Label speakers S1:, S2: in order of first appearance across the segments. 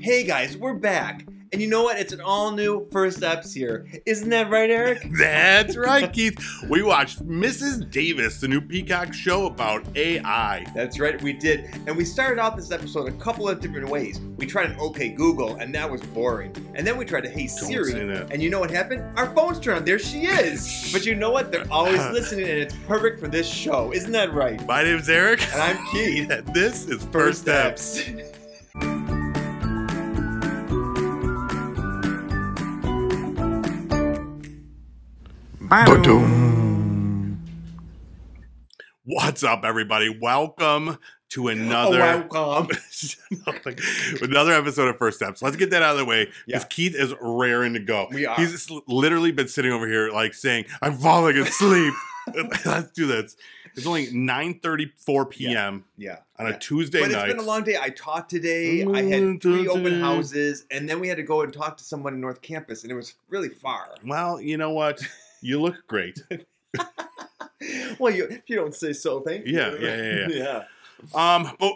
S1: Hey guys, we're back. And you know what? It's an all new First Steps here. Isn't that right, Eric?
S2: That's right, Keith. We watched Mrs. Davis, the new Peacock show about AI.
S1: That's right, we did. And we started out this episode a couple of different ways. We tried an OK Google, and that was boring. And then we tried a Hey
S2: say
S1: Siri.
S2: that.
S1: And you know what happened? Our phones turned on. There she is. But you know what? They're always listening, and it's perfect for this show. Isn't that right?
S2: My name's Eric.
S1: And I'm Keith.
S2: And this is First Steps. What's up, everybody? Welcome
S1: Oh,
S2: to another
S1: welcome.
S2: Nothing. another episode of First Steps. Let's get that out of the way
S1: Yeah.
S2: because Keith is raring to go.
S1: We are.
S2: He's just literally been sitting over here like saying, "I'm falling asleep." Let's do this. It's only 9:34 p.m.
S1: Yeah.
S2: on a
S1: Yeah.
S2: Tuesday
S1: but
S2: night. Mm,
S1: it's been a long day. I taught today. I had three open houses, and then we had to go and talk to someone in North Campus, and it was really far.
S2: well, you know what? You look great.
S1: Well, you if you don't say so, thank you.
S2: Yeah, yeah, yeah,
S1: yeah,
S2: Um, but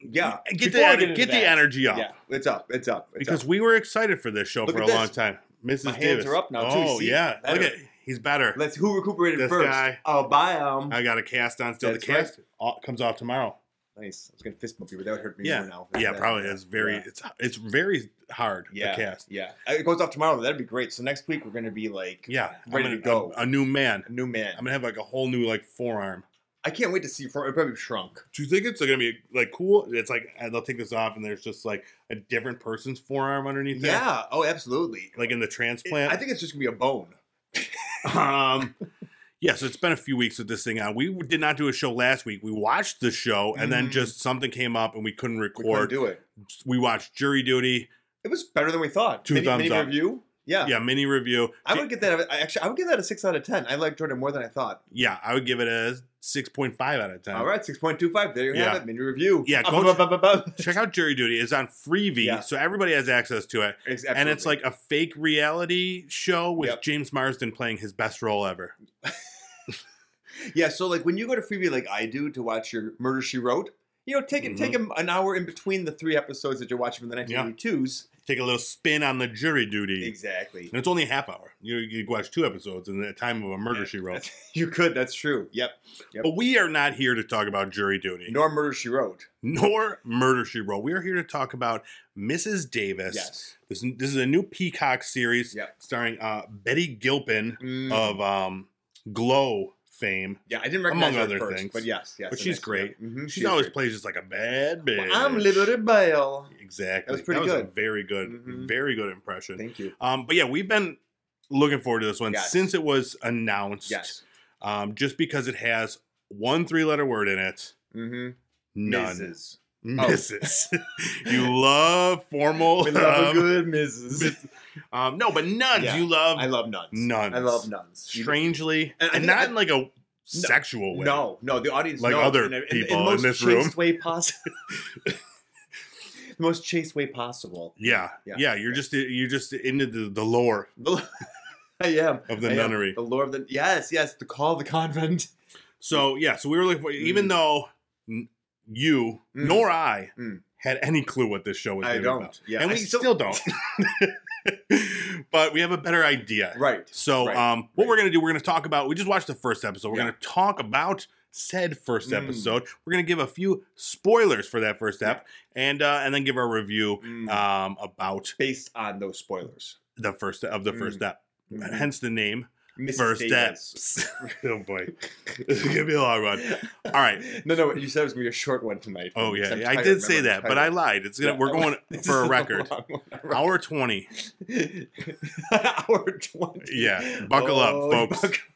S1: yeah.
S2: get
S1: Before
S2: the
S1: I
S2: get,
S1: into
S2: the
S1: that,
S2: energy up
S1: Yeah, it's up. It's up. It's
S2: because
S1: up.
S2: we were excited for this show
S1: Look
S2: for a
S1: at
S2: long
S1: this.
S2: time. Mrs.
S1: My hands
S2: Davis.
S1: are up now, too.
S2: Oh
S1: See?
S2: yeah,
S1: Better.
S2: look at he's better.
S1: let's who recuperated
S2: This
S1: first.
S2: guy.
S1: Oh, bye. Um,
S2: I got a cast on still.
S1: That's
S2: the cast o- comes off tomorrow.
S1: nice. I was gonna fist bump you, but that would hurt me
S2: Yeah.
S1: more now.
S2: Yeah, probably.
S1: Yeah.
S2: It's very
S1: Yeah.
S2: it's it's very hard
S1: Yeah.
S2: to cast.
S1: Yeah, it goes off tomorrow. That'd be great. So next week we're gonna be like
S2: Yeah, I'm
S1: Ready to
S2: gonna,
S1: go.
S2: A, a new man.
S1: a new man.
S2: I'm gonna have like a whole new like forearm.
S1: I can't wait to see. For it probably shrunk.
S2: Do you think it's gonna be like cool? It's like uh, they'll take this off and there's just like a different person's forearm underneath. there?
S1: Yeah. Oh, absolutely.
S2: like in the transplant.
S1: I think it's just gonna be a bone.
S2: Um, yeah, so it's been a few weeks with this thing on. We did not do a show last week. We watched the show, and then
S1: Mm.
S2: just something came up, and we couldn't
S1: We couldn't
S2: record. We,
S1: do it.
S2: watched Jury Duty.
S1: It was better than we thought.
S2: Two
S1: mini,
S2: thumbs
S1: mini
S2: up.
S1: review. Yeah.
S2: Yeah, mini review.
S1: I would get that. I Actually, I would give that a six out of ten. I like Jordan more than I thought.
S2: yeah, I would give it a six point five out of ten.
S1: All right, six point two five. There you
S2: Yeah.
S1: have it. Mini review.
S2: Yeah,
S1: Up,
S2: go-
S1: up, up, up, up.
S2: Check out Jury Duty. It's on Freevee,
S1: Yeah.
S2: so everybody has access to it.
S1: It's
S2: And it's like
S1: absolutely-
S2: a fake reality show with
S1: Yep.
S2: James Marsden playing his best role ever.
S1: yeah. So like when you go to freebie like I do to watch your Murder She Wrote, you know, take it take
S2: Mm-hmm.
S1: him an hour in between the three episodes that you're watching from the 1982s.
S2: Take a little spin on the Jury Duty.
S1: Exactly.
S2: And it's only a half hour. You, you watch two episodes in the time of a murder she wrote.
S1: You could. That's true. Yep. Yep.
S2: But we are not here to talk about jury duty,
S1: Nor Murder She Wrote.
S2: nor murder she wrote. We are here to talk about Mrs. Davis.
S1: Yes.
S2: This, this is a new Peacock series
S1: Yep.
S2: starring uh, Betty Gilpin
S1: Mm.
S2: of um, Glow fame.
S1: yeah, I didn't recognize
S2: among
S1: her
S2: other
S1: at first,
S2: things.
S1: but yes, yes.
S2: But
S1: the
S2: she's
S1: next one.
S2: great.
S1: Mhm,
S2: She
S1: she's
S2: always
S1: great.
S2: plays just like a bad bitch.
S1: Well, I'm Liberty Bell.
S2: Exactly.
S1: That was pretty
S2: a
S1: good.
S2: very good,
S1: Mhm.
S2: very good impression.
S1: Thank you.
S2: Um, but yeah, we've been looking forward to this one
S1: Yes.
S2: since it was announced.
S1: Yes.
S2: Um, just because it has one three-letter word in it.
S1: Mm-hmm.
S2: None.
S1: Mrs. Oh.
S2: Mrs. Mm. you love formal.
S1: We love a
S2: um,
S1: good Mrs.
S2: um, no, but nuns.
S1: Yeah.
S2: You love
S1: I love nuns.
S2: Nuns.
S1: I love nuns.
S2: strangely,
S1: And
S2: and,
S1: I think
S2: not
S1: I-
S2: in like a sexual way.
S1: No, no, the audience
S2: Like
S1: knows
S2: other
S1: in, a- in,
S2: people
S1: the
S2: in
S1: most
S2: this
S1: chaste
S2: room.
S1: way possible. the most chaste way possible.
S2: Yeah,
S1: Yeah.
S2: yeah, you're just you're just into the, the lore
S1: The- I am
S2: of
S1: I
S2: the
S1: am.
S2: nunnery.
S1: The Lord of the yes, yes, the call of the convent.
S2: So yeah, so we were looking for, even
S1: Mm.
S2: though n- you
S1: Mm.
S2: nor I
S1: Mm.
S2: had any clue what this show was.
S1: I
S2: gonna be
S1: don't.
S2: about.
S1: Yeah,
S2: and
S1: I
S2: we still, don't. but we have a better idea.
S1: right.
S2: So,
S1: Right,
S2: um, what
S1: right.
S2: we're gonna do, we're gonna talk about. We just watched the first episode. We're
S1: Yeah.
S2: gonna talk about said first
S1: Mm.
S2: episode. We're gonna give a few spoilers for that first ep, and uh, and then give our review
S1: Mm.
S2: um, about
S1: Based on those spoilers.
S2: the first of the first
S1: Mm.
S2: ep. Hence the name
S1: Mrs.
S2: First
S1: Davis.
S2: Eps. oh boy, it's gonna be a long run. All right.
S1: No, no, you said it was gonna be a short one tonight.
S2: Oh yeah,
S1: I'm
S2: I
S1: tired,
S2: did say
S1: remember, I'm
S2: that, but I
S1: tired.
S2: lied. It's gonna.
S1: Yeah,
S2: we're
S1: I-
S2: going
S1: This
S2: for
S1: is
S2: a
S1: the
S2: record.
S1: long one.
S2: Hour twenty.
S1: hour 20.
S2: Yeah, buckle up,
S1: Oh,
S2: folks.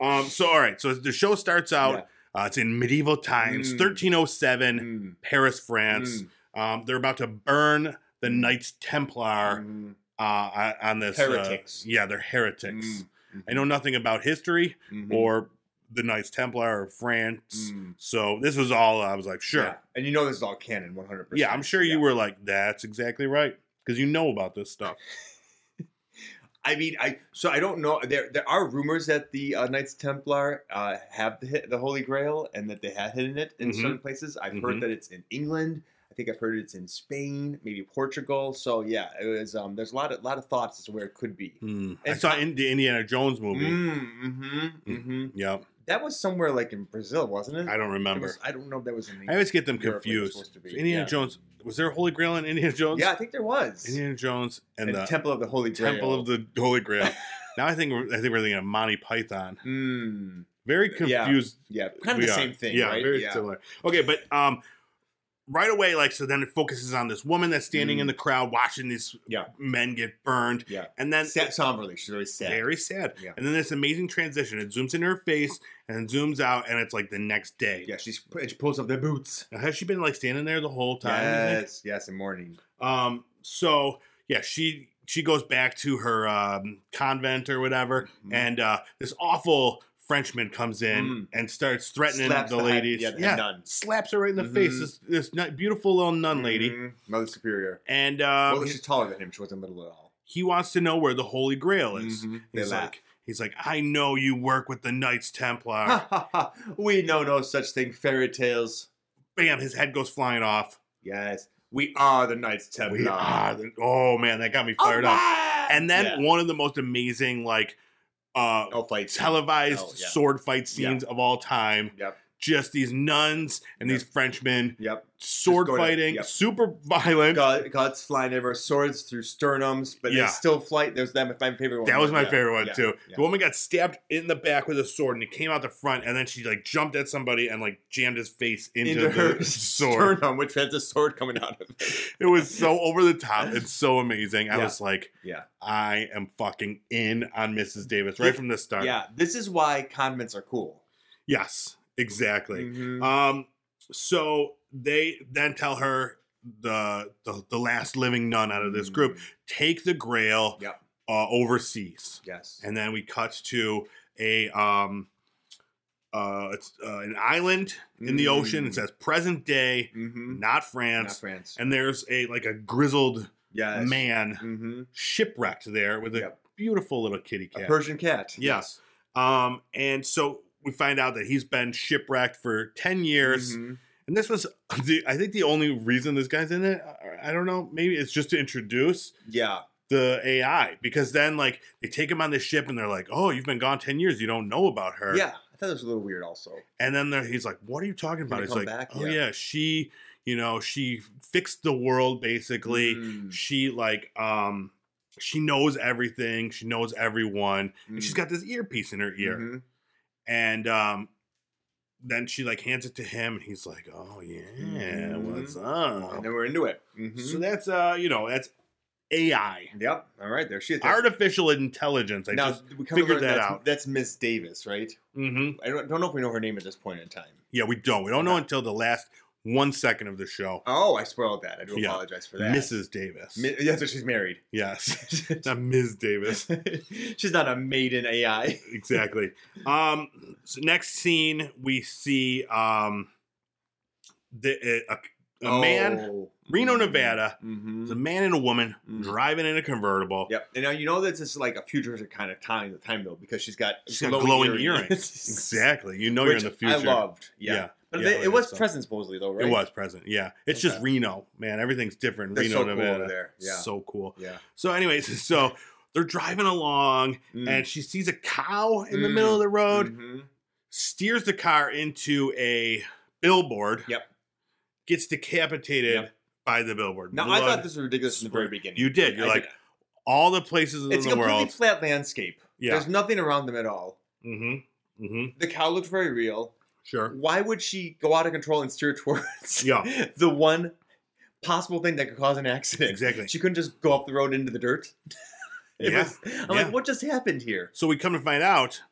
S2: Um. So all right. So the show starts out. Uh, it's in medieval times,
S1: Mm.
S2: 1307,
S1: Mm,
S2: Paris, France.
S1: mm,
S2: Um, they're about to burn the Knights Templar
S1: mm,
S2: uh, on this. uh,
S1: Heretics.
S2: yeah, they're heretics.
S1: Mm,
S2: I know nothing about history
S1: mhm,
S2: or the Knights Templar or France.
S1: mm,
S2: So this was all I was like, sure.
S1: yeah.
S2: Yeah,
S1: And you know this is all canon, 100%.
S2: I'm sure you
S1: Yeah.
S2: were like, that's exactly right. Because you know about this stuff.
S1: I mean, I so I don't know. There there are rumors that the uh, Knights Templar uh, have the, hit- the Holy Grail and that they have hidden it in
S2: Mhm.
S1: certain places. I've
S2: Mhm.
S1: heard that it's in England. I think I've heard it's in Spain, maybe Portugal. So yeah, it was. Um, there's a lot of lot of thoughts as to where it could be.
S2: Mm. I
S1: And- Mm.
S2: saw in the Indiana Jones movie. Mm.
S1: Mm-hmm, mm-hmm.
S2: Yep,
S1: That was somewhere like in Brazil, wasn't it?
S2: I don't
S1: It
S2: remember.
S1: was- I don't know if that was in.
S2: I always get them
S1: Europe, like it's
S2: confused.
S1: supposed to be,
S2: So Indiana
S1: yeah.
S2: Jones was there a Holy Grail in Indiana Jones?
S1: yeah, I think there was.
S2: Indiana Jones and,
S1: And
S2: the
S1: Temple of the Holy Grail.
S2: Temple of the Holy Grail. now I think we're, I think we're thinking of Monty Python.
S1: Mm,
S2: Very
S1: Yeah.
S2: confused.
S1: yeah, kind of
S2: we
S1: the
S2: are.
S1: same thing,
S2: Yeah,
S1: right?
S2: very
S1: yeah.
S2: similar. Okay, but um, right away, like so, then it focuses on this woman that's standing
S1: Mm.
S2: in the crowd watching these
S1: Yeah.
S2: men get burned.
S1: Yeah.
S2: and then
S1: Sad, somberly, she's very sad.
S2: very sad.
S1: Yeah.
S2: And then this amazing transition. It zooms in her face and zooms out, and it's like the next day.
S1: Yeah, she's she pulls up the boots.
S2: Now, has she been like standing there the whole time? you think?
S1: Yes, yes, in mourning.
S2: Um, so yeah, she she goes back to her um, convent or whatever,
S1: Mhm.
S2: and uh, this awful Frenchman comes in
S1: Mm.
S2: and starts threatening
S1: Slaps
S2: the,
S1: the head-
S2: ladies.
S1: yeah, the
S2: yeah,
S1: nun.
S2: slaps her right in the face.
S1: Mhm.
S2: This this nu- beautiful little nun lady,
S1: Mhm. Mother Superior.
S2: and um,
S1: well, she's taller than him. She wasn't little at all.
S2: he wants to know where the Holy Grail is.
S1: Mhm. They
S2: He's
S1: laugh.
S2: like, he's like, I know you work with the Knights Templar.
S1: we know no such thing. Fairy tales.
S2: Bam, his head goes flying off.
S1: Yes, we are the Knights Templar.
S2: We are the- oh man, that got me fired up.
S1: Alright!
S2: And then
S1: Yeah.
S2: one of the most amazing like uh,
S1: oh, fight scene.
S2: televised
S1: Oh, yeah.
S2: sword fight scenes of all time.
S1: Yep.
S2: Just these nuns and these Frenchmen
S1: Yep.
S2: sword
S1: going to-
S2: fighting,
S1: yep.
S2: super violent.
S1: God, God's flying everywhere, swords through sternums, but
S2: Yeah.
S1: they still flight. There's that my favorite one.
S2: That was my
S1: Yeah.
S2: favorite one
S1: Yeah.
S2: too.
S1: Yeah.
S2: The woman got stabbed in the back with a sword, and it came out the front, and then she like jumped at somebody and like jammed his face into,
S1: Into her
S2: her sword.
S1: sternum, which has a sword coming out of it.
S2: It was so over the top. It's so amazing. I
S1: Yeah.
S2: was like,
S1: Yeah.
S2: I am fucking in on Mrs. Davis right
S1: Thi-
S2: from the start.
S1: Yeah, this is why convents are cool.
S2: Yes, exactly.
S1: Mhm.
S2: Um, so they then tell her the, the the last living nun out of this group
S1: Mm-hmm.
S2: take the Grail
S1: Mm. Yep.
S2: uh, overseas,
S1: Yes.
S2: and then we cut to a um, uh, it's uh, an island in the ocean. It
S1: Mm.
S2: says present day,
S1: Mhm.
S2: not
S1: Not
S2: France.
S1: France.
S2: And there's a like a grizzled
S1: yes.
S2: man
S1: hmm
S2: shipwrecked there with a
S1: Yep.
S2: beautiful little kitty
S1: A
S2: cat.
S1: Persian cat.
S2: Yes. um, and so we find out that he's been shipwrecked for ten years.
S1: Mhm.
S2: And this was the I think the only reason this guy's in it. I- I don't know. Maybe it's just to introduce
S1: Yeah.
S2: the AI because then like they take him on the ship and they're like, "Oh, you've been gone ten years. You don't know about her."
S1: Yeah. I thought it was a little weird also.
S2: And then they're- he's like, "What are you talking about?"
S1: Gonna
S2: He's
S1: come
S2: like,
S1: back?
S2: "Oh yeah.
S1: Yeah.
S2: she, you know, she fixed the world basically.
S1: Mm,
S2: She like um." She knows everything. She knows everyone. And she's
S1: mm.
S2: got this earpiece in her ear.
S1: Mhm.
S2: And um, then she like hands it to him, and he's like, "Oh yeah,
S1: Mhm.
S2: what's up?"
S1: And then we're into it. Mhm.
S2: So that's uh, you know, that's AI,
S1: yep. All right. There she is. That's-
S2: artificial intelligence. I
S1: now,
S2: just
S1: we come to
S2: figured
S1: learn
S2: that
S1: that's-
S2: out.
S1: That's Miss Davis, right?
S2: Mhm.
S1: I don't, don't know if we know her name at this point in time.
S2: yeah, we don't. We don't know
S1: Okay.
S2: until the last one second of the show.
S1: Oh, I spoiled that. I do
S2: Yeah.
S1: apologize for that.
S2: Mrs. Davis.
S1: Mi- yeah, so she's married.
S2: yes, not Ms. Davis.
S1: she's not a maiden AI.
S2: exactly. Um, so next scene we see um, the a, a man,
S1: Oh.
S2: Reno,
S1: Mhm.
S2: Nevada.
S1: Mhm.
S2: it's a man and a woman
S1: Mhm.
S2: driving in a convertible.
S1: Yep. And now you know that this is like a futuristic kind of time, the time though, because she's got
S2: She's got glowing earrings. Exactly. You know you're in
S1: Which
S2: the future.
S1: I loved. Yeah.
S2: Yeah.
S1: But
S2: Yeah,
S1: they-
S2: I
S1: it
S2: like
S1: was
S2: that song.
S1: present supposedly though, right?
S2: It was present. Yeah. It's just
S1: Okay.
S2: Reno, man. Everything's different.
S1: That's
S2: Reno,
S1: so cool
S2: Nevada.
S1: over there. Yeah.
S2: So cool.
S1: yeah.
S2: So, anyways, so they're driving along
S1: Mm.
S2: and she sees a cow in the
S1: Mm.
S2: middle of the road,
S1: Mhm.
S2: steers the car into a billboard.
S1: Yep.
S2: Gets decapitated
S1: Yep.
S2: by the billboard.
S1: Now I
S2: Blood.
S1: thought this was ridiculous in the very beginning.
S2: You did. You're
S1: I
S2: like, all the places in
S1: it's a
S2: the
S1: completely
S2: world.
S1: flat landscape.
S2: Yeah.
S1: There's nothing around them at all.
S2: Mm hmm. Mm hmm.
S1: The cow looked very real.
S2: Sure.
S1: Why would she go out of control and steer towards
S2: Yeah.
S1: the one possible thing that could cause an accident?
S2: Exactly.
S1: She couldn't just go up the road into the dirt. It
S2: Yeah.
S1: was- I'm
S2: Yeah.
S1: like, what just happened here?
S2: So we come to find out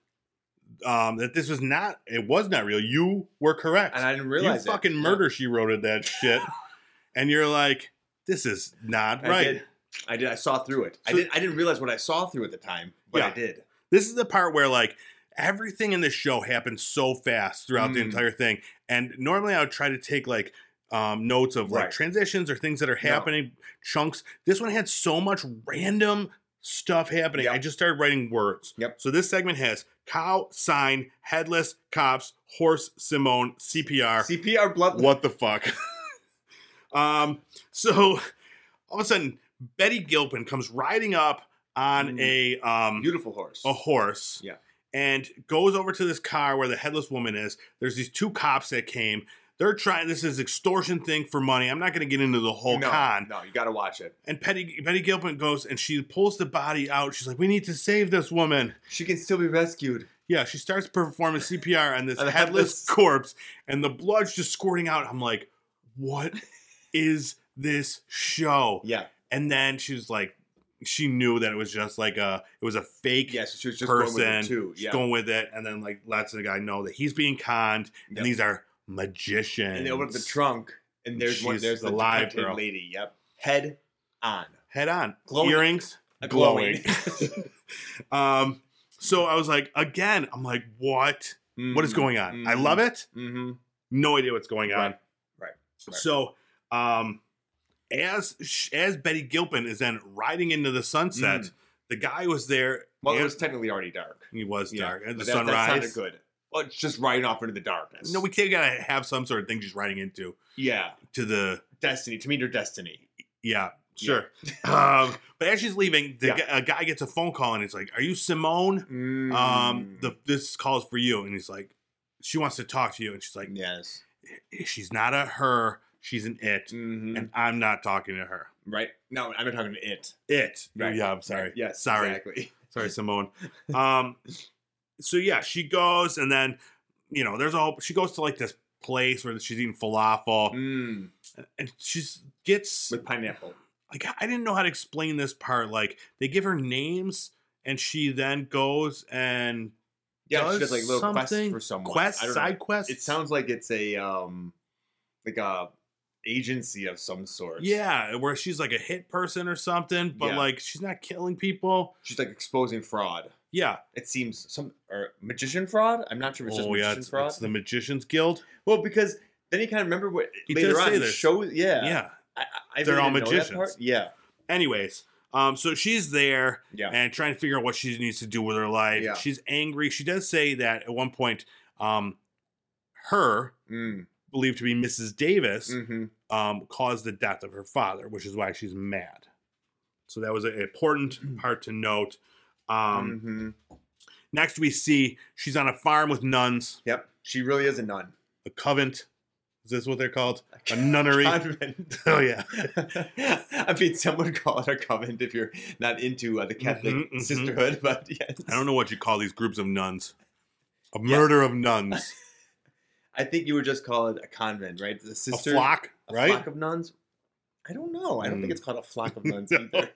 S2: um, that this was not. It was not real. You were correct.
S1: And I didn't realize
S2: you
S1: it.
S2: fucking murder. She wrote it that shit, and you're like, this is not
S1: I
S2: right.
S1: did. I did. I saw through it. I
S2: So-
S1: didn't. I didn't realize what I saw through at the time, but I
S2: Yeah.
S1: did.
S2: This is the part where like everything in the show happens so fast throughout the
S1: Mm.
S2: entire thing, and normally I would try to take like. Um, notes of like
S1: Right.
S2: transitions or things that are happening chunks. This one had so much random stuff happening.
S1: Yep.
S2: I just started writing words.
S1: Yep.
S2: So this segment has cow, sign, headless, cops, horse, Simone, CPR,
S1: CPR blood.
S2: what the fuck? Um, so all of a sudden, Betty Gilpin comes riding up
S1: Mm.
S2: on a um,
S1: Beautiful horse.
S2: a horse.
S1: Yeah.
S2: And goes over to this car where the headless woman is. There's these two cops that came. They're trying this is extortion thing for money. I'm not going to get into the whole
S1: no,
S2: con.
S1: No, you got to watch it.
S2: And Betty Betty Gilpin goes and she pulls the body out. She's like, "We need to save this woman."
S1: She can still be rescued.
S2: Yeah, she starts performing CPR on this
S1: On the
S2: headless
S1: headless-
S2: corpse, and the blood's just squirting out. I'm like, "What is this show?"
S1: Yeah.
S2: And then she's like, she knew that it was just like a it was a fake
S1: Yeah, so she was just
S2: person
S1: going with it too.
S2: she's
S1: Yeah.
S2: going with it and then like lets the guy know that he's being conned
S1: Yep.
S2: and these are magicians
S1: and they open up the trunk, and there's one.
S2: She's
S1: There's the
S2: the live
S1: detective
S2: girl.
S1: lady. Yep. Head on.
S2: head on
S1: Glowing.
S2: earrings glowing, um so i was like again i'm like what what is going on i love it
S1: Mm-hmm.
S2: no idea what's going on
S1: Right, right, right.
S2: so um as as betty gilpin is then riding into the sunset
S1: Mm.
S2: the guy was there
S1: Well, it
S2: and-
S1: was technically already dark.
S2: he was dark and the
S1: but that- That sounded
S2: sunrise
S1: good. Well, it's just riding off into the darkness.
S2: no we can't gotta have some sort of thing she's riding into
S1: Yeah.
S2: to the
S1: Destiny. To meet her destiny.
S2: Yeah,
S1: Yeah.
S2: sure. um, but as she's leaving, the
S1: Yeah.
S2: gu- a guy gets a phone call and it's like, "Are you Simone?
S1: Mm.
S2: Um, the this call's for you." And he's like, "She wants to talk to you." And she's like,
S1: yes.
S2: "She's not a her. She's an it,
S1: Mhm.
S2: and I'm not talking to her.
S1: right. No, I'm not talking to it.
S2: It.
S1: Right.
S2: Yeah, I'm sorry.
S1: Yes.
S2: sorry,
S1: Exactly.
S2: sorry, Simone. Um, so yeah, she goes, and then you know, there's all she goes to like this place where she's eating falafel,
S1: Mm,
S2: and she's gets
S1: with pineapple.
S2: like I didn't know how to explain this part. Like they give her names, and she then goes and
S1: Yeah, she
S2: Does
S1: does like little quests
S2: something-
S1: for someone.
S2: quest
S1: I don't know.
S2: side quest.
S1: It sounds like it's a um, like a agency of some sort.
S2: yeah, where she's like a hit person or something, but
S1: Yeah.
S2: like she's not killing people.
S1: she's like exposing fraud.
S2: Yeah.
S1: It seems some or magician fraud. I'm not sure if it's just
S2: Oh
S1: magician
S2: yeah, it's,
S1: fraud.
S2: it's the Magicians Guild.
S1: well, because then you kind of remember what
S2: He
S1: later
S2: does
S1: on
S2: say
S1: he
S2: this.
S1: shows. Yeah,
S2: Yeah.
S1: I, I- I
S2: They're
S1: really
S2: all
S1: didn't know that
S2: magicians.
S1: part. Yeah,
S2: Anyways, um, so she's there
S1: yeah.
S2: and trying to figure out what she needs to do with her life.
S1: Yeah.
S2: She's angry. She does say that at one point, um, her
S1: Mm,
S2: believed to be Mrs. Davis.
S1: mhm.
S2: um, caused the death of her father, which is why she's mad. So that was an
S1: Mm.
S2: important part to note. Um,
S1: Mhm.
S2: Next, we see she's on a farm with nuns,
S1: Yep. She really is a nun.
S2: a covent. Is this what they're called? A nunnery.
S1: Convent.
S2: Oh yeah,
S1: I mean, someone would call it a convent if you're not into uh, the Catholic
S2: Mhm, mhm.
S1: sisterhood, but yes.
S2: I don't know what you call these groups of nuns. A murder of nuns,
S1: I think you would just call it a convent, right? The
S2: a
S1: sister,
S2: flock,
S1: a
S2: right?
S1: flock of nuns. I don't know. I don't
S2: Mm.
S1: think it's called a flock of nuns either.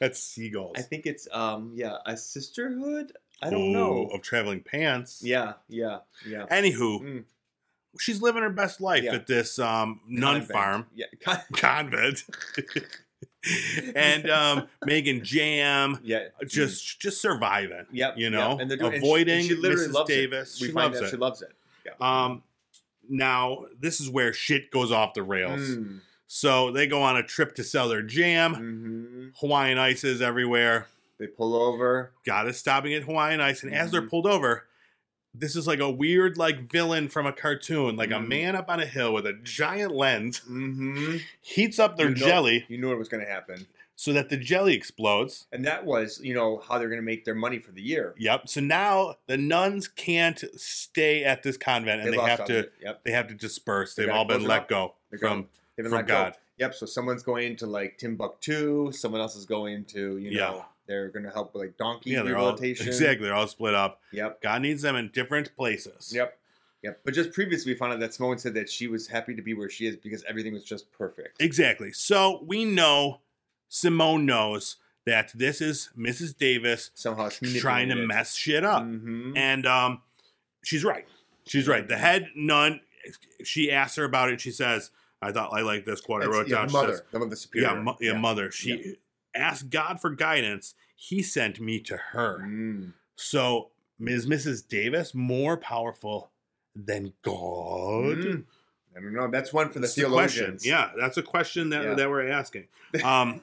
S2: That's seagulls.
S1: I think it's um yeah a sisterhood. I don't
S2: Ooh,
S1: know.
S2: of traveling pants.
S1: Yeah, yeah, yeah.
S2: Anywho,
S1: Mm.
S2: she's living her best life
S1: Yeah.
S2: at this um, nun
S1: Convent.
S2: farm.
S1: Yeah, con-
S2: convent and um making jam
S1: yeah.
S2: just just surviving
S1: Mm. yep,
S2: you
S1: yep.
S2: know
S1: they're doing- and she-
S2: avoiding
S1: and she, literally
S2: Mrs.
S1: loves it.
S2: davis
S1: We
S2: she
S1: find
S2: loves
S1: out
S2: it
S1: she loves it. Yeah.
S2: um now this is where shit goes off the rails
S1: Mm.
S2: so they go on a trip to sell their jam
S1: Mhm.
S2: hawaiian ice is everywhere
S1: They pull over.
S2: god is stopping at hawaiian ice and as they're
S1: Mhm.
S2: pulled over this is like a weird like villain from a cartoon like a
S1: Mhm.
S2: man up on a hill with a giant lens
S1: Mm-hmm.
S2: heats up their
S1: You know-
S2: jelly
S1: You knew what was going to happen.
S2: so that the jelly explodes
S1: And that was, you know, how they're going to make their money for the year.
S2: Yep. So now the nuns can't stay at this convent, and they,
S1: lost
S2: have
S1: all
S2: to
S1: that. Yep.
S2: they have to disperse.
S1: They
S2: They've
S1: gotta
S2: all been
S1: close it
S2: let
S1: up.
S2: go
S1: They're
S2: from
S1: They've been
S2: from
S1: let go.
S2: God.
S1: Yep. So someone's going to like Timbuktu. Someone else is going to, you know,
S2: Yeah.
S1: they're going to help with like donkey
S2: Yeah, they're all
S1: rehabilitation.
S2: exactly. They're all split up.
S1: Yep.
S2: God needs them in different places.
S1: Yep. Yep. But just previously, we found out that Simone said that she was happy to be where she is because everything was just perfect.
S2: Exactly. So we know Simone knows that this is Mrs. Davis
S1: Somehow it's
S2: trying to mess shit up,
S1: Mm-hmm.
S2: and um, she's right. She's right. The head nun. She asks her about it. She says, "I thought I liked this quote. I wrote
S1: yeah,
S2: down."
S1: the
S2: She
S1: mother,
S2: says,
S1: the mother superior.
S2: yeah, mo- yeah, mother. She asked God for guidance. He sent me to her.
S1: Mm.
S2: So is Mrs. Davis more powerful than God?
S1: Mm. I don't know. That's one for the
S2: That's question.
S1: theologians.
S2: Yeah, that's a question that,
S1: Yeah.
S2: that we're asking. Um,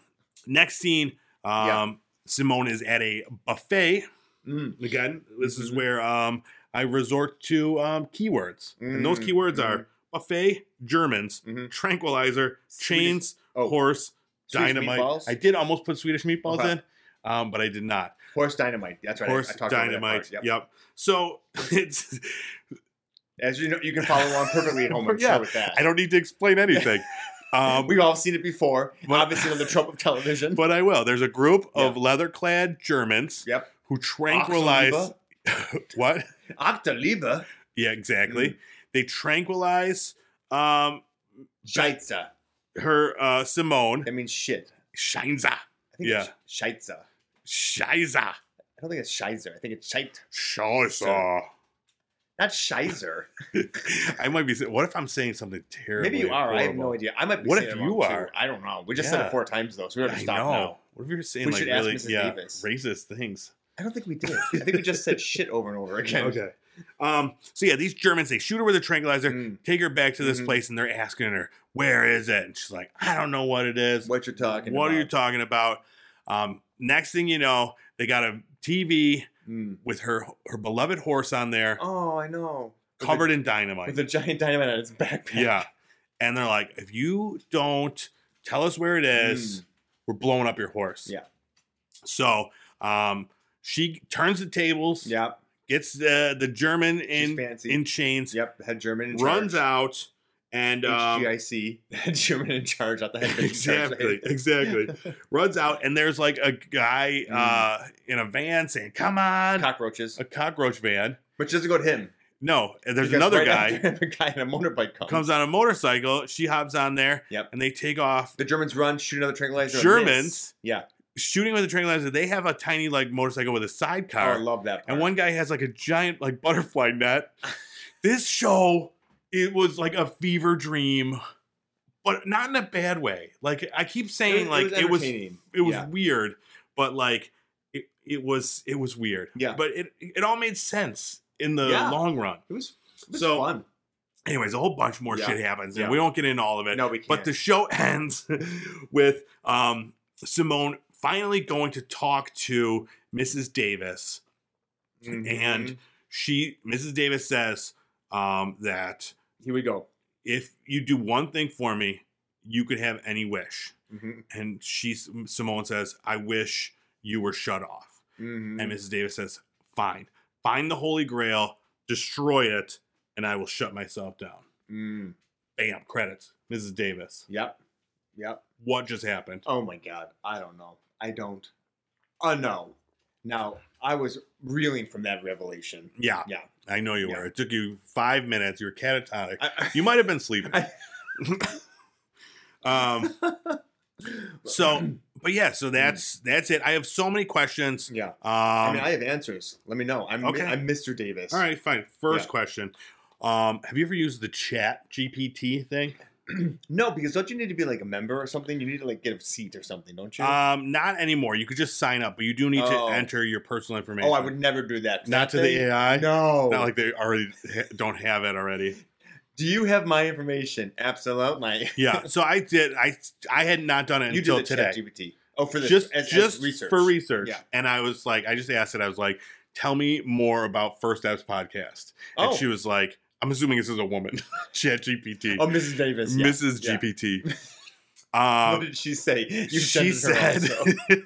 S2: next scene, um,
S1: Yeah.
S2: Simone is at a buffet.
S1: Mm.
S2: Again, this is
S1: Mhm.
S2: where um, I resort to um, keywords. And those
S1: Mm,
S2: keywords
S1: mhm.
S2: are buffet, Germans,
S1: Mhm.
S2: tranquilizer,
S1: Swedish-
S2: chains,
S1: Oh.
S2: horse,
S1: Swedish
S2: dynamite.
S1: meatballs?
S2: I did almost put Swedish meatballs
S1: Okay.
S2: in, um, but I did not.
S1: Horse dynamite. That's right. I-
S2: horse
S1: I talked about that
S2: dynamite.
S1: part,
S2: Yep.
S1: yep.
S2: So it's
S1: As you know, you can follow along perfectly at home. I'm
S2: Yeah.
S1: sure with that.
S2: I don't need to explain anything. Um,
S1: Uh, We've all seen it before.
S2: But-
S1: Obviously, on the trope of television.
S2: but I will. There's a group of
S1: Yeah.
S2: leather-clad Germans
S1: Yep.
S2: who tranquilize what?
S1: Octaliba.
S2: Yeah, exactly.
S1: Mm.
S2: They tranquilize um,
S1: Scheitzer.
S2: her uh, Simone
S1: That means shit.
S2: Scheinza.
S1: I think
S2: Yeah.
S1: it's Scheitzer.
S2: Scheiza.
S1: I don't think it's Scheiser. I think it's Scheit.
S2: Scheiza.
S1: Not Scheiser.
S2: I might be. saying- What if I'm saying something terrible?
S1: Maybe you are. I have no idea. I might be
S2: What
S1: saying
S2: if
S1: it
S2: you
S1: wrong, too.
S2: are?
S1: I don't know. We just said
S2: Yeah.
S1: it four times, though, so we have to
S2: I
S1: stop
S2: know.
S1: now.
S2: What if you're saying
S1: We
S2: like
S1: should ask
S2: really
S1: Mrs.
S2: yeah,
S1: Davis.
S2: racist things?
S1: I don't think we did. I think we just said shit over and over again.
S2: Okay. Um. So yeah, these Germans they shoot her with a tranquilizer,
S1: Mm,
S2: take her back to this
S1: Mhm.
S2: place, and they're asking her where is it, and she's like, I don't know what it is.
S1: what you're talking
S2: What
S1: about.
S2: are you talking about? Um. Next thing you know, they got a TV
S1: Mm.
S2: with her her beloved horse on there,
S1: Oh, I know. With
S2: covered in
S1: a,
S2: dynamite.
S1: with a giant dynamite on its backpack.
S2: yeah. And they're like, if you don't tell us where it is,
S1: Mm.
S2: we're blowing up your horse.
S1: Yeah.
S2: So um, she turns the tables,
S1: Yep.
S2: gets the, the German
S1: She's
S2: in
S1: fancy.
S2: in chains,
S1: yep. Head German in
S2: runs
S1: charge.
S2: out, and um,
S1: HGIC. Head German in charge, not the head bitch in charge.
S2: exactly, exactly, runs out, and there's like a guy
S1: Mm.
S2: uh, in a van saying, "Come on."
S1: Cockroaches.
S2: a cockroach van.
S1: Which doesn't go to him.
S2: No, and there's
S1: because
S2: another
S1: right
S2: guy
S1: after A guy in a motorbike comes.
S2: comes on a motorcycle. She hops on there,
S1: Yep.
S2: and they take off
S1: The Germans run, shoot another tranquilizer. and
S2: Germans
S1: miss. Yeah.
S2: shooting with a tranquilizer. They have a tiny like motorcycle with a
S1: Oh, I
S2: sidecar,
S1: love that. Part.
S2: and one guy has like a giant like butterfly net. this show, it was like a fever dream, but not in a bad way. Like I keep saying, like it was it was,
S1: entertaining. yeah.
S2: weird, but like it, it was it was weird.
S1: Yeah.
S2: but it it all made sense in the
S1: Yeah.
S2: long run.
S1: It was, it was
S2: So-
S1: fun.
S2: Anyways, a whole bunch more
S1: Yeah.
S2: shit happens, and
S1: Yeah.
S2: we don't get into all of it.
S1: No, we can't.
S2: But the show ends with um, Simone finally going to talk to Mrs. Davis.
S1: Mhm.
S2: and- She, Mrs. Davis says um, that
S1: here we go.
S2: if you do one thing for me, you could have any wish.
S1: Mhm.
S2: And she, Simone says, I wish you were shut off.
S1: Mhm.
S2: And Mrs. Davis says, Fine, find the Holy Grail, destroy it, and I will shut myself down.
S1: Mm.
S2: Bam, credits. Mrs. Davis.
S1: Yep. Yep.
S2: What just happened?
S1: Oh my God. I don't know. I don't. Oh no. Now, I was reeling from that revelation.
S2: Yeah.
S1: Yeah.
S2: I know you
S1: Yeah.
S2: were. It took you five minutes. You were catatonic.
S1: I,
S2: You might have been sleeping.
S1: I-
S2: um, so, but yeah, so that's that's it. I have so many questions.
S1: yeah.
S2: Um,
S1: I mean, I have answers. Let me know. I'm,
S2: okay.
S1: I'm Mr. Davis.
S2: all right, fine. First
S1: Yeah.
S2: question. Um, have you ever used the chat GPT thing?
S1: No, because don't you need to be like a member or something? You need to like get a seat or something, don't you?
S2: Um, not anymore. You could just sign up, but you do need
S1: Oh.
S2: to enter your personal information.
S1: oh, I would never do that.
S2: Not to the
S1: That
S2: AI.
S1: thing? No.
S2: Not like they already ha- don't have it already.
S1: do you have my information? Absolutely.
S2: Yeah. So I did. I I had not done it
S1: You
S2: until
S1: did the
S2: today.
S1: GPT. Oh, for this
S2: just
S1: as, as
S2: just
S1: research.
S2: for research.
S1: Yeah.
S2: And I was like, I just asked it. I was like, tell me more about First Steps podcast.
S1: Oh,
S2: And she was like, I'm assuming this is a woman. Chat GPT,
S1: oh, Mrs. Davis. Yeah.
S2: Mrs.
S1: yeah.
S2: GPT.
S1: what
S2: Um,
S1: did she say? You
S2: she said,
S1: sent it her also.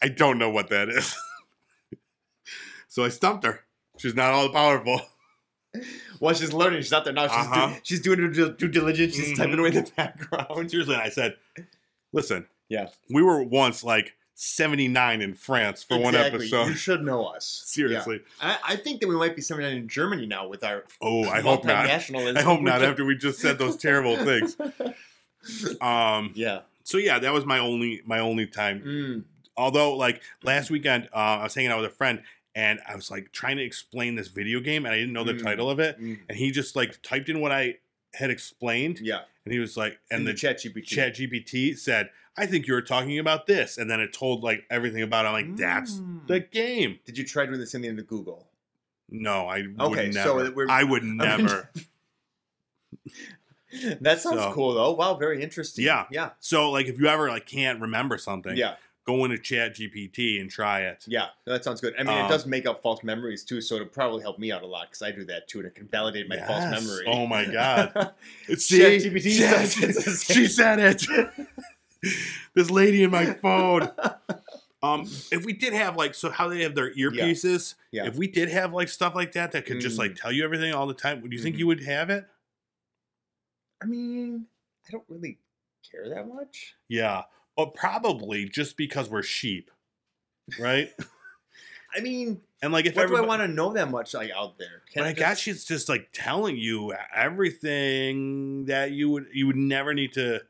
S2: I don't know what that is. so I stumped her. She's not all powerful.
S1: well, she's learning. She's out there now. She's,
S2: Uh-huh.
S1: do, she's doing her due, due diligence. She's
S2: Mhm.
S1: typing away in the background.
S2: Seriously, I said, listen,
S1: Yeah.
S2: we were once like 79 in France for one
S1: Exactly. You
S2: episode.
S1: should know us.
S2: Seriously.
S1: Yeah. I, I think that we might be somewhere down in Germany now with our
S2: Oh, I hope not.
S1: multinationalism.
S2: I hope
S1: We
S2: not
S1: could-
S2: after we just said those terrible things. Um
S1: Yeah.
S2: so yeah, that was my only my only time.
S1: Mm.
S2: Although like last weekend uh, I was hanging out with a friend and I was like trying to explain this video game and I didn't know the
S1: Mm.
S2: title of it
S1: Mm.
S2: and he just like typed in what I had explained
S1: Yeah.
S2: and he was like and the,
S1: chat GPT.
S2: chat GPT said, "I think you were talking about this." And then it told like everything about it. I'm like, "That's
S1: Mm.
S2: the game."
S1: Did you try doing this in the end of Google?
S2: No, I would
S1: Okay, so
S2: never.
S1: we're-
S2: I would never.
S1: That sounds
S2: So-
S1: cool though. Wow, very interesting.
S2: Yeah.
S1: Yeah.
S2: So like if you ever like can't remember something,
S1: Yeah.
S2: go into Chat GPT and try it.
S1: Yeah, that sounds good. I mean, it
S2: Um,
S1: does make up false memories too, so it'll probably help me out a lot because I do that too, and it can validate my false
S2: Yes.
S1: memory.
S2: Oh my god. It's
S1: ChatGPT
S2: Chat-
S1: says it's the same.
S2: she said it. this lady in my phone. Um, if we did have like so how they have their earpieces,
S1: Yeah.
S2: if we did have like stuff like that that could just like tell you everything all the time, do you think
S1: Mhm.
S2: you would have it?
S1: I mean, I don't really care that much.
S2: Yeah. But probably just because we're sheep. Right?
S1: I mean,
S2: and like if
S1: what do I
S2: everybody-
S1: want to know that much like out there? Can
S2: But I
S1: just-
S2: guess she's just like telling you everything that you would you would never need to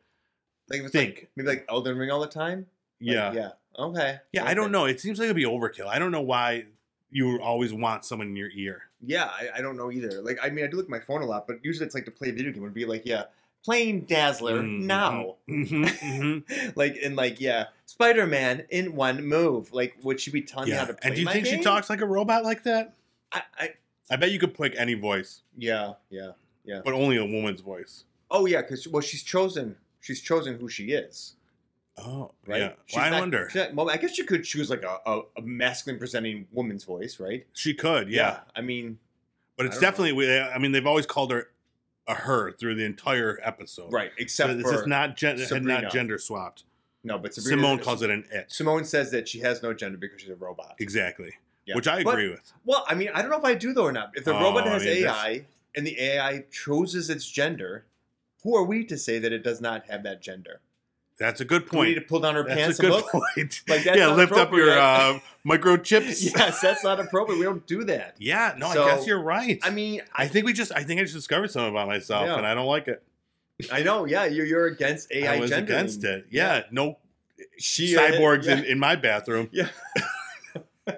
S1: like, if it's like,
S2: think.
S1: maybe like Elden Ring all the time. Like,
S2: yeah.
S1: yeah. Okay.
S2: Yeah, I don't know. It seems like it'd be overkill. I don't know why you always want someone in your ear.
S1: Yeah, I, I don't know either. Like, I mean, I do look at my phone a lot, but usually it's like to play a video game would be like, yeah, playing Dazzler
S2: Mhm,
S1: now.
S2: mhm, mhm.
S1: Like, and like, yeah, Spider Man in one move. Like, would she be telling me how
S2: yeah.
S1: to play
S2: And do you
S1: my
S2: think
S1: game?
S2: she talks like a robot like that?
S1: I, I,
S2: I bet you could pick any voice,
S1: yeah, yeah.
S2: but only a woman's voice.
S1: Oh, yeah, because, well, she's chosen. She's chosen who she is,
S2: Oh,
S1: right?
S2: yeah.
S1: She's
S2: Well, I
S1: not-
S2: wonder.
S1: she's not- well, I guess she could choose like a, a, a masculine presenting woman's voice, right?
S2: She could, yeah.
S1: I mean,
S2: But
S1: I
S2: it's
S1: don't know.
S2: definitely. we- I mean, they've always called her a her through the entire episode,
S1: right,
S2: So
S1: except
S2: it's
S1: for.
S2: just not gen- had
S1: Sabrina.
S2: not gender swapped.
S1: no, but Sabrina,
S2: Simone calls it an it.
S1: Simone says that she has no gender because she's a robot.
S2: Exactly.
S1: Yeah.
S2: Which I
S1: But-
S2: agree with.
S1: Well, I mean, I don't know if I do though or not. If the
S2: Oh,
S1: robot
S2: I
S1: has
S2: mean, that's-
S1: AI and the AI chooses its gender, who are we to say that it does not have that gender?
S2: That's a good
S1: Do we need
S2: point.
S1: to pull down our pants
S2: That's
S1: and
S2: a good
S1: look?
S2: point.
S1: Like that's
S2: yeah,
S1: not
S2: lift up your
S1: appropriate.
S2: uh, microchips.
S1: yes, that's not appropriate. We don't do that.
S2: Yeah, no,
S1: So,
S2: I guess you're right.
S1: I mean,
S2: I think we just, I think I just discovered something about myself,
S1: Yeah.
S2: and I don't like it.
S1: I know. Yeah, you're you're against AI
S2: I was
S1: gender.
S2: against it. Yeah, no
S1: She uh,
S2: cyborgs
S1: Yeah.
S2: In, in my bathroom.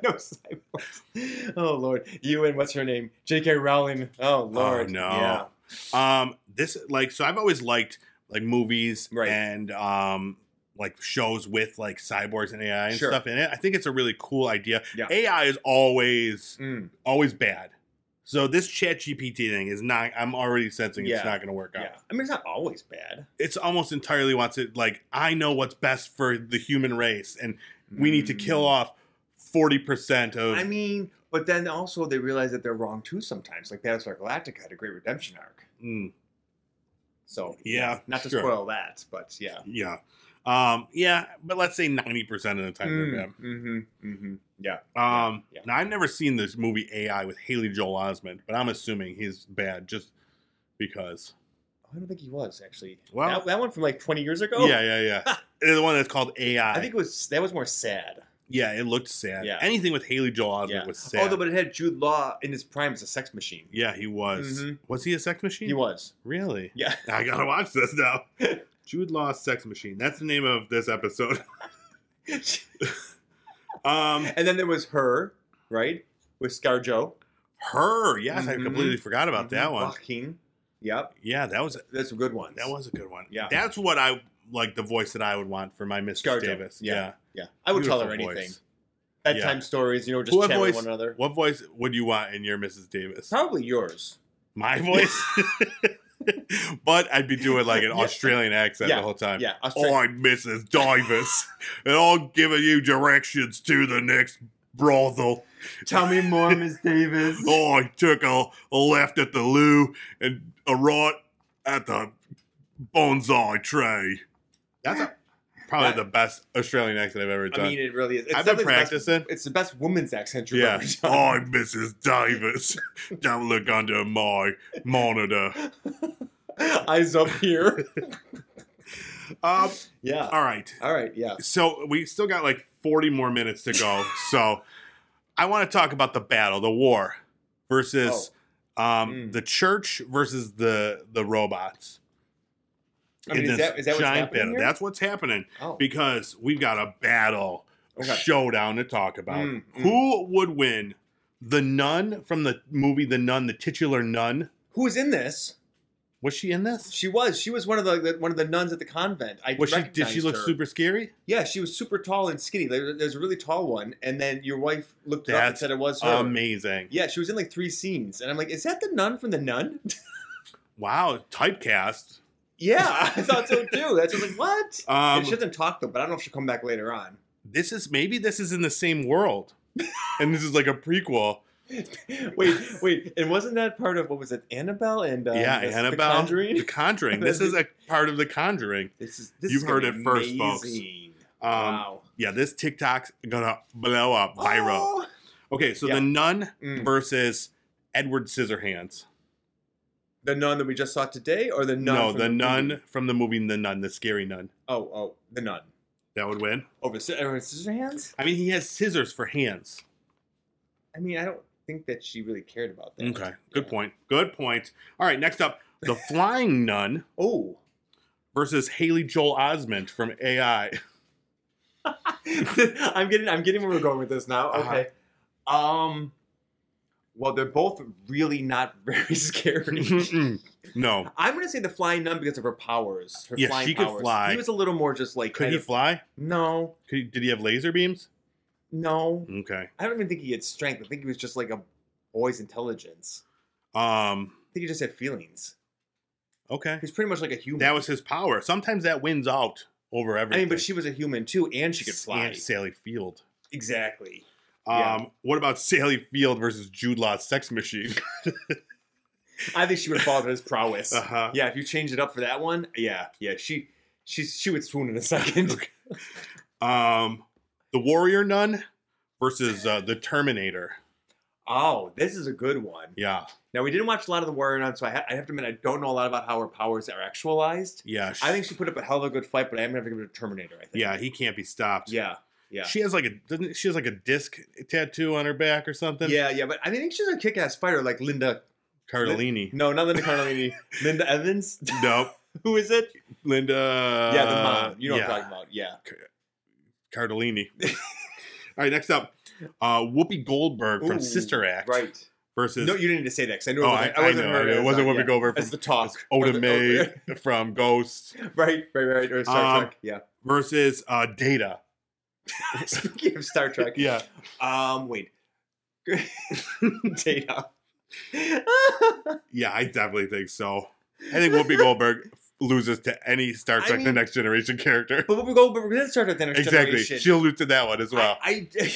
S1: no cyborgs. Oh lord, you and what's her name? J.K. Rowling. Oh lord.
S2: no.
S1: Yeah.
S2: Um, this like so I've always liked like movies
S1: Right.
S2: and um like shows with like cyborgs and AI and
S1: Sure.
S2: stuff in it. I think it's a really cool idea.
S1: Yeah.
S2: AI is always
S1: Mm,
S2: always bad. So this chat GPT thing is not I'm already sensing
S1: Yeah.
S2: it's not gonna work out.
S1: yeah. I mean, it's not always bad.
S2: It's almost entirely wants it like I know what's best for the human race and we
S1: Mm.
S2: need to kill off 40% of
S1: I mean, but then also they realize that they're wrong too sometimes. Like Battlestar Galactica had a great redemption arc.
S2: Mm,
S1: So
S2: Yeah,
S1: not to
S2: sure.
S1: spoil that, but yeah.
S2: yeah um yeah but let's say 90% of the time they're bad.
S1: mm-hmm, mm-hmm. Yeah.
S2: um
S1: yeah.
S2: now i've never seen this movie ai with haley joel osment but i'm assuming he's bad just because
S1: Oh, I don't think he was actually.
S2: Well-
S1: that, that one from like 20 years ago.
S2: yeah yeah yeah And the one that's called ai
S1: Oh. I think it was that was more sad.
S2: yeah it looked sad
S1: Yeah.
S2: anything with haley joel osment
S1: Yeah. Oh,
S2: was sad
S1: Although, but it had Jude Law in his prime as a sex machine.
S2: yeah he was
S1: Mhm.
S2: was he a sex machine
S1: He was.
S2: really
S1: Yeah.
S2: i gotta watch this now jude law's sex machine that's the name of this episode um
S1: and then there was her, right, with ScarJo.
S2: her yes
S1: Mhm.
S2: i completely forgot about that one
S1: Joaquin. Yep,
S2: yeah that was
S1: that's a good one.
S2: That was a good one.
S1: Yeah.
S2: that's what I like. The voice that I would want for my Mrs.
S1: ScarJo.
S2: Davis.
S1: Yeah.
S2: Yeah.
S1: Yeah, I would tell her
S2: Beautiful
S1: anything.
S2: voice.
S1: Bedtime stories, you know, just
S2: Who have
S1: chatting with
S2: voice-
S1: one another.
S2: What voice would you want in your Mrs. Davis?
S1: Probably yours.
S2: My voice. but I'd be doing like an
S1: Yeah.
S2: Australian accent
S1: Yeah.
S2: the whole time.
S1: Yeah, Australia.
S2: Hi, Mrs. Davis, and I'll give you directions to the next brothel.
S1: Tell me more, Miss Davis.
S2: Oh, I took a, a left at the loo and a right at the bonsai tray. That's a, probably
S1: That-
S2: the best Australian accent I've ever
S1: I
S2: done.
S1: mean, it really is. It's
S2: I've been
S1: definitely the best-
S2: practicing.
S1: it's the best woman's accent you've
S2: Yeah.
S1: ever
S2: Oh,
S1: done.
S2: Mrs. Davis. Don't look under my monitor.
S1: Eyes up here.
S2: Um,
S1: Yeah.
S2: all right.
S1: All right. Yeah.
S2: So we still got like 40 more minutes to go. so I want to talk about the battle, the war
S1: Oh.
S2: versus um,
S1: Mm.
S2: the church versus the the robots.
S1: I mean,
S2: in
S1: is
S2: this
S1: that, is that what's
S2: giant
S1: happening
S2: battle.
S1: here?
S2: That's what's happening
S1: oh.
S2: because we've got a battle
S1: Okay.
S2: showdown to talk about.
S1: Mm, mm.
S2: Who would win? The nun from the movie The Nun, the titular nun.
S1: Who was in this?
S2: Was she in this?
S1: She was. She was one of the, the one of the nuns at the convent. I
S2: Was she? Did she
S1: recognized
S2: look
S1: her.
S2: super scary?
S1: Yeah, she was super tall and skinny. There, there's a really tall one, and then your wife looked it up and
S2: That's
S1: said it was her.
S2: Amazing!
S1: Yeah, she was in like three scenes, and I'm like, is that the nun from the nun?
S2: Wow, typecast.
S1: yeah, I thought so too. That's I was like what.
S2: Um,
S1: And she doesn't talk though, but I don't know if she'll come back later on.
S2: this is maybe this is in the same world, and this is like a prequel.
S1: wait, wait, and wasn't that part of what was it, Annabelle and um,
S2: yeah,
S1: this-
S2: Annabelle,
S1: the Conjuring?
S2: The Conjuring. This is a part of the Conjuring.
S1: This is this is
S2: You've
S1: gonna
S2: heard
S1: be
S2: it first, folks.
S1: amazing.
S2: Um,
S1: wow,
S2: Yeah, this TikTok's gonna blow up viral.
S1: Oh!
S2: Okay, so
S1: Yeah.
S2: the nun
S1: Mm.
S2: versus Edward Scissorhands.
S1: The nun that we just saw today, or the nun?
S2: no,
S1: from
S2: the nun
S1: movie?
S2: from the movie The Nun, the scary nun.
S1: Oh, oh, the nun.
S2: That would win.
S1: Over Edward Scissorhands.
S2: I mean, he has scissors for hands.
S1: I mean, I don't think that she really cared about that.
S2: Okay, good point. Good point. All right, next up, the flying nun
S1: Oh,
S2: versus Haley Joel Osment from AI.
S1: I'm getting I'm getting where we're going with this now.
S2: Uh-huh.
S1: Okay. Um well they're both really not very scary.
S2: Mm-mm. no,
S1: I'm gonna say the flying nun because of her powers. Her
S2: Yeah,
S1: flying
S2: she could
S1: powers.
S2: fly.
S1: He was a little more just like
S2: could
S1: kind
S2: he
S1: of-
S2: fly?
S1: No,
S2: Could he, did he have laser beams?
S1: no.
S2: Okay.
S1: I don't even think he had strength. I think he was just like a boy's intelligence.
S2: Um.
S1: I think he just had feelings.
S2: Okay.
S1: He's pretty much like a human.
S2: That was his power. Sometimes that wins out over
S1: I
S2: everything.
S1: mean, but she was a human too, and she could fly.
S2: And Sally Field.
S1: Exactly.
S2: Um,
S1: Yeah.
S2: What about Sally Field versus Jude Law's Sex Machine?
S1: I think she would fall to his prowess.
S2: Uh-huh.
S1: Yeah, if you changed it up for that one, yeah, yeah, she she's she would swoon in a second.
S2: Um, the Warrior Nun versus uh, the Terminator.
S1: Oh, this is a good one.
S2: Yeah,
S1: Now we didn't watch a lot of the Warrior Nun, so I, ha- I have to admit I don't know a lot about how her powers are actualized.
S2: yeah.
S1: I think she put up a hell of a good fight, but I'm gonna have to give it to Terminator. I think.
S2: yeah, he can't be stopped.
S1: Yeah. Yeah.
S2: She has like a doesn't she has like a disc tattoo on her back or something?
S1: yeah, yeah, but I think she's a kick-ass fighter, like Linda.
S2: Cardellini.
S1: No, not Linda Cardellini. Linda Evans.
S2: nope.
S1: Who is it?
S2: Linda.
S1: yeah, the mom. You know
S2: Uh,
S1: what
S2: yeah,
S1: I'm talking about. Yeah.
S2: Cardellini. All right, next up, uh, Whoopi Goldberg from
S1: Ooh,
S2: Sister Act
S1: Right.
S2: versus
S1: No, you didn't need to say that because I knew
S2: Oh,
S1: it wasn't,
S2: I- I
S1: wasn't
S2: know,
S1: her.
S2: I know. It wasn't
S1: not-
S2: Whoopi
S1: yeah.
S2: Goldberg
S1: It's
S2: from-
S1: the talk.
S2: Oda
S1: Wasn't-
S2: May from Ghost
S1: Right, right, right. Or Star
S2: Um,
S1: Trek. Yeah.
S2: versus uh, Data.
S1: Speaking of Star Trek,
S2: Yeah,
S1: Um, wait. Data.
S2: yeah, I definitely think so. I think Whoopi Goldberg loses to any Star
S1: I
S2: Trek: The
S1: mean-
S2: Next Generation character.
S1: but we go, but we're gonna start with the next
S2: Exactly,
S1: generation.
S2: she'll lose to that one as well.
S1: I, I-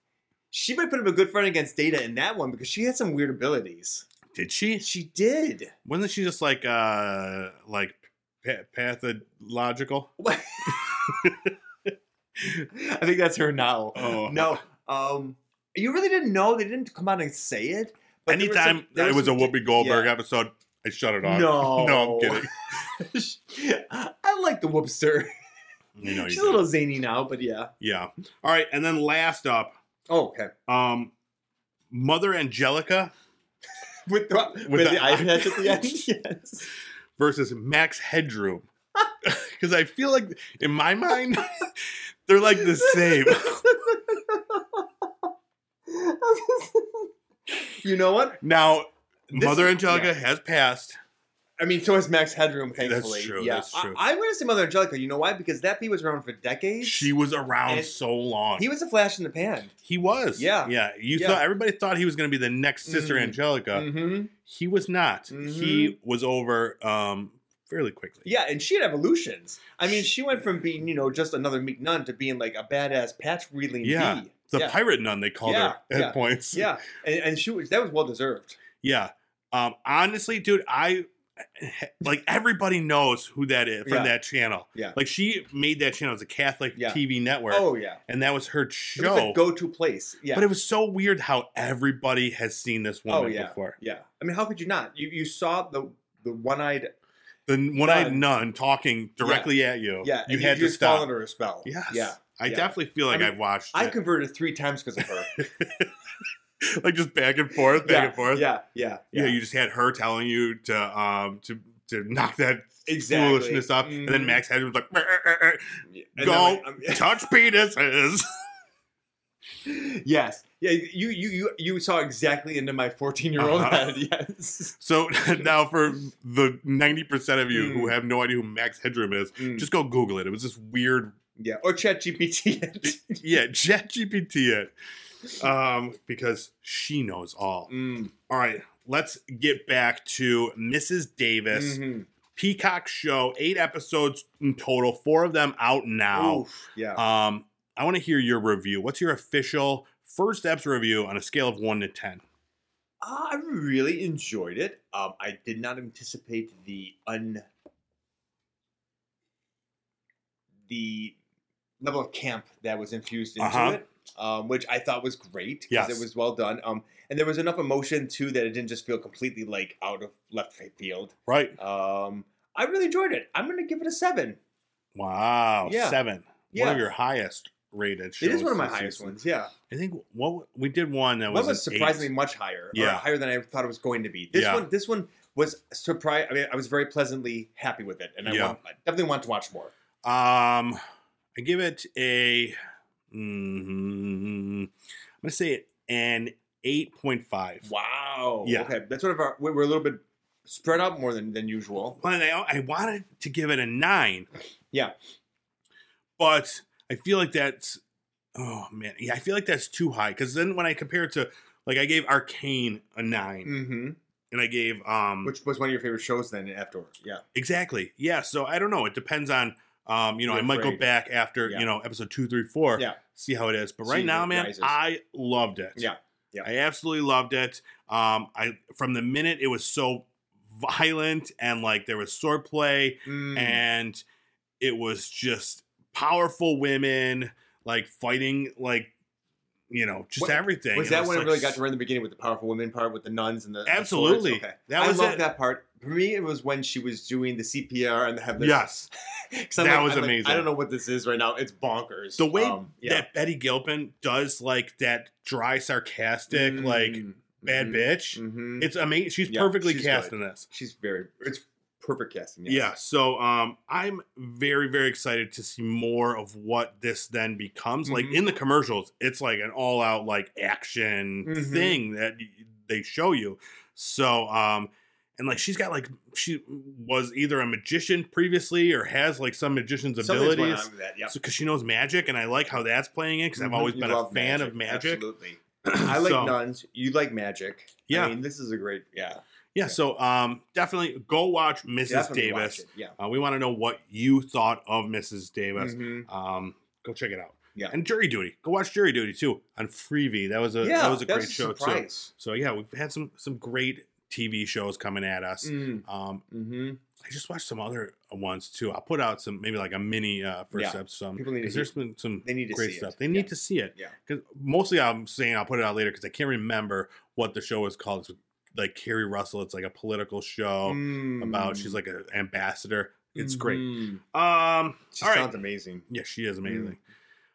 S1: she might put up a good front against Data in that one because she had some weird abilities.
S2: Did she?
S1: She did.
S2: Wasn't she just like uh like pa- pathological?
S1: What- I think that's her now.
S2: Oh.
S1: No. Um, you really didn't know. They didn't come out and say it. but there were some-
S2: Anytime
S1: there
S2: it
S1: were
S2: was a
S1: some-
S2: Whoopi Goldberg episode, I shut it off.
S1: No.
S2: no, I'm kidding.
S1: I like the whoopster.
S2: You know, you
S1: She's a
S2: did.
S1: little zany now, but yeah.
S2: yeah. All right, and then last up,
S1: Oh, okay.
S2: um, Mother Angelica
S1: With the, with
S2: the
S1: the, eye
S2: eye
S1: patch at the end?
S2: patch.
S1: yes.
S2: versus Max Headroom. Because I feel like in my mind, they're like the same.
S1: you know what?
S2: Now,
S1: This-
S2: Mother Angelica has passed.
S1: I mean, so has Max Headroom,
S2: That's
S1: thankfully.
S2: true,
S1: Yeah.
S2: that's true.
S1: I, am going to say Mother Angelica. You know why? Because that bee was around for decades.
S2: She was around
S1: And
S2: so long.
S1: he was a flash in the pan.
S2: He was.
S1: Yeah.
S2: Yeah. You
S1: Yeah.
S2: thought everybody thought he was going to be the next Sister
S1: Mhm.
S2: Angelica.
S1: Mm-hmm.
S2: He was not.
S1: Mhm.
S2: He was over um fairly quickly.
S1: Yeah, and she had evolutions. I mean, she went from being, you know, just another meek nun to being like a badass patch wielding
S2: Yeah.
S1: bee.
S2: The
S1: yeah.
S2: pirate nun they called
S1: Yeah,
S2: her at
S1: yeah,
S2: points.
S1: yeah, and, and she was that was well deserved.
S2: Yeah. Um honestly, dude, I like everybody knows who that is from
S1: Yeah.
S2: that channel.
S1: Yeah.
S2: Like she made that channel as a Catholic
S1: Yeah.
S2: TV network
S1: Oh yeah,
S2: and that was her
S1: it was
S2: show.
S1: a go-to place. Yeah,
S2: But it was so weird how everybody has seen this woman
S1: Oh, yeah.
S2: before.
S1: Yeah, I mean, how could you not? You you saw the the one eyed.
S2: The one-eyed nun talking directly at you.
S1: Yeah,
S2: Oh, you
S1: and
S2: had to
S1: just
S2: stop.
S1: fall under a spell.
S2: Yes.
S1: Yeah,
S2: I
S1: yeah.
S2: definitely feel like I
S1: I mean,
S2: have watched
S1: I
S2: it.
S1: converted three times because of her.
S2: like just back and forth, back
S1: yeah,
S2: and forth.
S1: Yeah, yeah,
S2: You know, you just had her telling you to um to to knock that
S1: Exactly.
S2: foolishness off, and then
S1: Mhm.
S2: Max Headroom was like, "Meh, eh, eh,
S1: Yeah.
S2: eh,
S1: And then,
S2: "Go
S1: like, I'm-
S2: touch penises."
S1: yes. Yeah. You you you you saw exactly into my fourteen year old
S2: Uh-huh.
S1: head. Yes.
S2: So now, for the ninety percent of you who
S1: Mm.
S2: have no idea who Max Headroom is,
S1: Mm,
S2: just go Google it. It was this weird,
S1: yeah. Or Chat GPT.
S2: yeah, ChatGPT it, um, because she knows all.
S1: mm.
S2: All right, let's get back to Mrs. Davis.
S1: mhm.
S2: Peacock show, eight episodes in total, four of them out now.
S1: Oof, Yeah.
S2: Um, I want to hear your review. What's your official first steps review on a scale of one to ten?
S1: I really enjoyed it. Um, I did not anticipate the un the level of camp that was infused into
S2: Uh-huh.
S1: it, um, which I thought was great because it
S2: Yes.
S1: was well done. Um, and there was enough emotion too that it didn't just feel completely like out of left field.
S2: Right.
S1: Um, I really enjoyed it. I'm gonna give it a seven.
S2: Wow.
S1: Yeah.
S2: Seven. One
S1: Yeah.
S2: of your highest rated shows.
S1: It is one of my
S2: this
S1: highest
S2: season.
S1: ones. Yeah,
S2: I think what we did one that
S1: one
S2: was,
S1: was
S2: an eight.
S1: surprisingly much higher. Yeah,
S2: Yeah.
S1: higher than I thought it was going to be. This
S2: Yeah.
S1: one, this one was surprise. I mean, I was very pleasantly happy with it, and I,
S2: Yeah.
S1: want, I definitely want to watch more.
S2: Um, I give it a. Mm, I'm gonna say an eight point five.
S1: Wow.
S2: Yeah.
S1: Okay, that's one of our. we We're a little bit spread out more than than usual.
S2: Well, I, I wanted to give it a nine.
S1: Yeah.
S2: But I feel like that's oh man, yeah, I feel like that's too high. Because then when I compare it to like I gave Arcane a 9
S1: Mm-hmm.
S2: and I gave um
S1: Which was one of your favorite shows then afterwards. Yeah.
S2: exactly yeah. So I don't know. It depends on um you know
S1: You're
S2: I might go
S1: afraid.
S2: back after
S1: Yeah.
S2: you know episode two three four
S1: Yeah.
S2: see how it is. But
S1: See
S2: right
S1: if
S2: now,
S1: it
S2: man,
S1: rises.
S2: I loved it.
S1: Yeah. Yeah.
S2: I absolutely loved it. Um, I from the minute it was so violent and like there was swordplay
S1: Mm.
S2: and it was just powerful women like fighting like you know just
S1: What-
S2: everything
S1: was
S2: And I
S1: that when
S2: like,
S1: it really got to right in the beginning with the powerful women part with the nuns and the the swords?
S2: Absolutely.
S1: Okay.
S2: That was
S1: I love
S2: it.
S1: that part. For me, it was when she was doing the CPR and the headless.
S2: yes
S1: 'Cause I'm
S2: That
S1: like-
S2: was
S1: I'm like,
S2: amazing.
S1: I don't know what this is right now. It's bonkers.
S2: The way
S1: Um, yeah.
S2: that betty gilpin does like that dry sarcastic
S1: Mm,
S2: like bad
S1: mhm,
S2: bitch
S1: mhm.
S2: it's amazing she's
S1: Yeah,
S2: perfectly
S1: she's
S2: cast
S1: good.
S2: in this
S1: she's very. It's perfect casting. Yes.
S2: yeah so um i'm very very excited to see more of what this then becomes like
S1: Mhm.
S2: in the commercials it's like an all out like action
S1: Mhm.
S2: thing that y- they show you so um and like she's got like she was either a magician previously or has like some magician's
S1: Something's going
S2: abilities
S1: on with that. Yeah.
S2: because she knows magic and i like how that's playing in because i've
S1: Mhm.
S2: always
S1: You
S2: been a
S1: love
S2: fan of magic
S1: Absolutely. I like
S2: So,
S1: nuns. You like magic.
S2: Yeah.
S1: I mean, this is a great. Yeah.
S2: yeah so um definitely go watch mrs
S1: Definitely watch
S2: davis
S1: it, Yeah.
S2: uh, we want to know what you thought of mrs davis
S1: Mhm.
S2: Um, go check it out.
S1: Yeah.
S2: And Jury Duty. Go watch Jury Duty too on Freebie. That was a that was a great show too. So yeah, we've had some some great TV shows coming at us.
S1: Mm.
S2: Um,
S1: Mm-hmm.
S2: I just watched some other ones too. I'll put out some maybe like a mini uh first
S1: Yeah.
S2: steps some
S1: People need to
S2: because there's been some
S1: They need to
S2: great
S1: see
S2: stuff.
S1: it.
S2: They
S1: Yeah.
S2: need to see it.
S1: Yeah.
S2: Because mostly I'm saying I'll put it out later because I can't remember what the show is called. It's with, like Carrie Russell. It's like a political show
S1: Mm. Mm-hmm.
S2: about she's like an ambassador. It's great.
S1: Mhm.
S2: Um,
S1: She
S2: all right.
S1: sounds amazing.
S2: Yeah, she is amazing.
S1: Mm.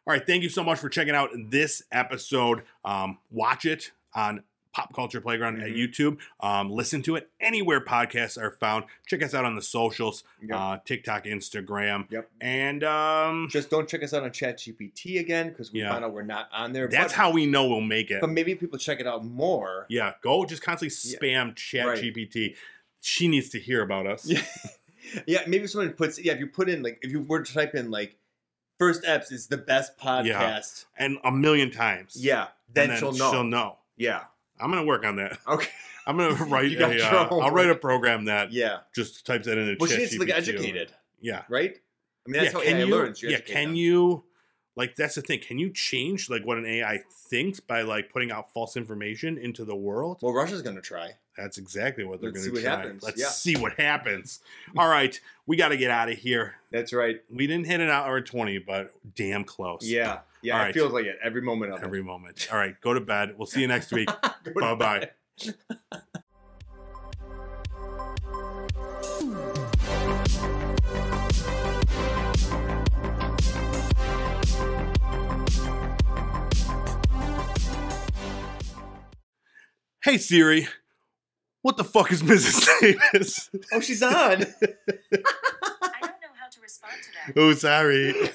S2: All right, thank you so much for checking out this episode. Um, watch it on Pop Culture Playground at
S1: Mhm.
S2: YouTube. Um, listen to it anywhere podcasts are found. Check us out on the socials,
S1: Yep.
S2: uh, TikTok, Instagram,
S1: Yep.
S2: and um,
S1: Just don't check us out on ChatGPT again because we
S2: Yeah.
S1: found out we're not on there.
S2: that's
S1: but,
S2: how we know we'll make it.
S1: But maybe people check it out more.
S2: Yeah, go just constantly
S1: Yeah.
S2: spam Chat
S1: Right.
S2: GPT. She needs to hear about us.
S1: Yeah. yeah. Maybe someone puts. Yeah. If you put in like, if you were to type in like, first eps is the best podcast.
S2: And a million times.
S1: Yeah.
S2: And
S1: then, she'll know.
S2: She'll know.
S1: Yeah.
S2: I'm gonna work on that.
S1: Okay.
S2: I'm gonna write
S1: You got
S2: a,
S1: your
S2: uh, I'll
S1: homework.
S2: write a program that
S1: Yeah.
S2: just types that in a
S1: Well,
S2: chat
S1: she needs to get
S2: GPT.
S1: educated,
S2: Yeah.
S1: right? I mean, that's
S2: yeah,
S1: how AI
S2: you,
S1: learns. You
S2: yeah,
S1: educate
S2: can
S1: them.
S2: you like that's the thing. Can you change like what an AI thinks by like putting out false information into the world?
S1: Well, Russia's going to try.
S2: That's exactly what they're
S1: Let's
S2: gonna
S1: see what
S2: try.
S1: happens,
S2: Let's
S1: yeah.
S2: see what happens. All right. We gotta get out of here.
S1: That's right.
S2: We didn't hit an hour and twenty, but damn close.
S1: Yeah. Yeah.
S2: All
S1: it
S2: right.
S1: feels like it every moment of
S2: Every moment. All right, go to bed. We'll see you next week.
S1: it.
S2: bye bye. Hey Siri, what the fuck is Mrs. Davis?
S1: Oh, she's on.
S3: I don't know how to respond to that.
S2: oh, sorry.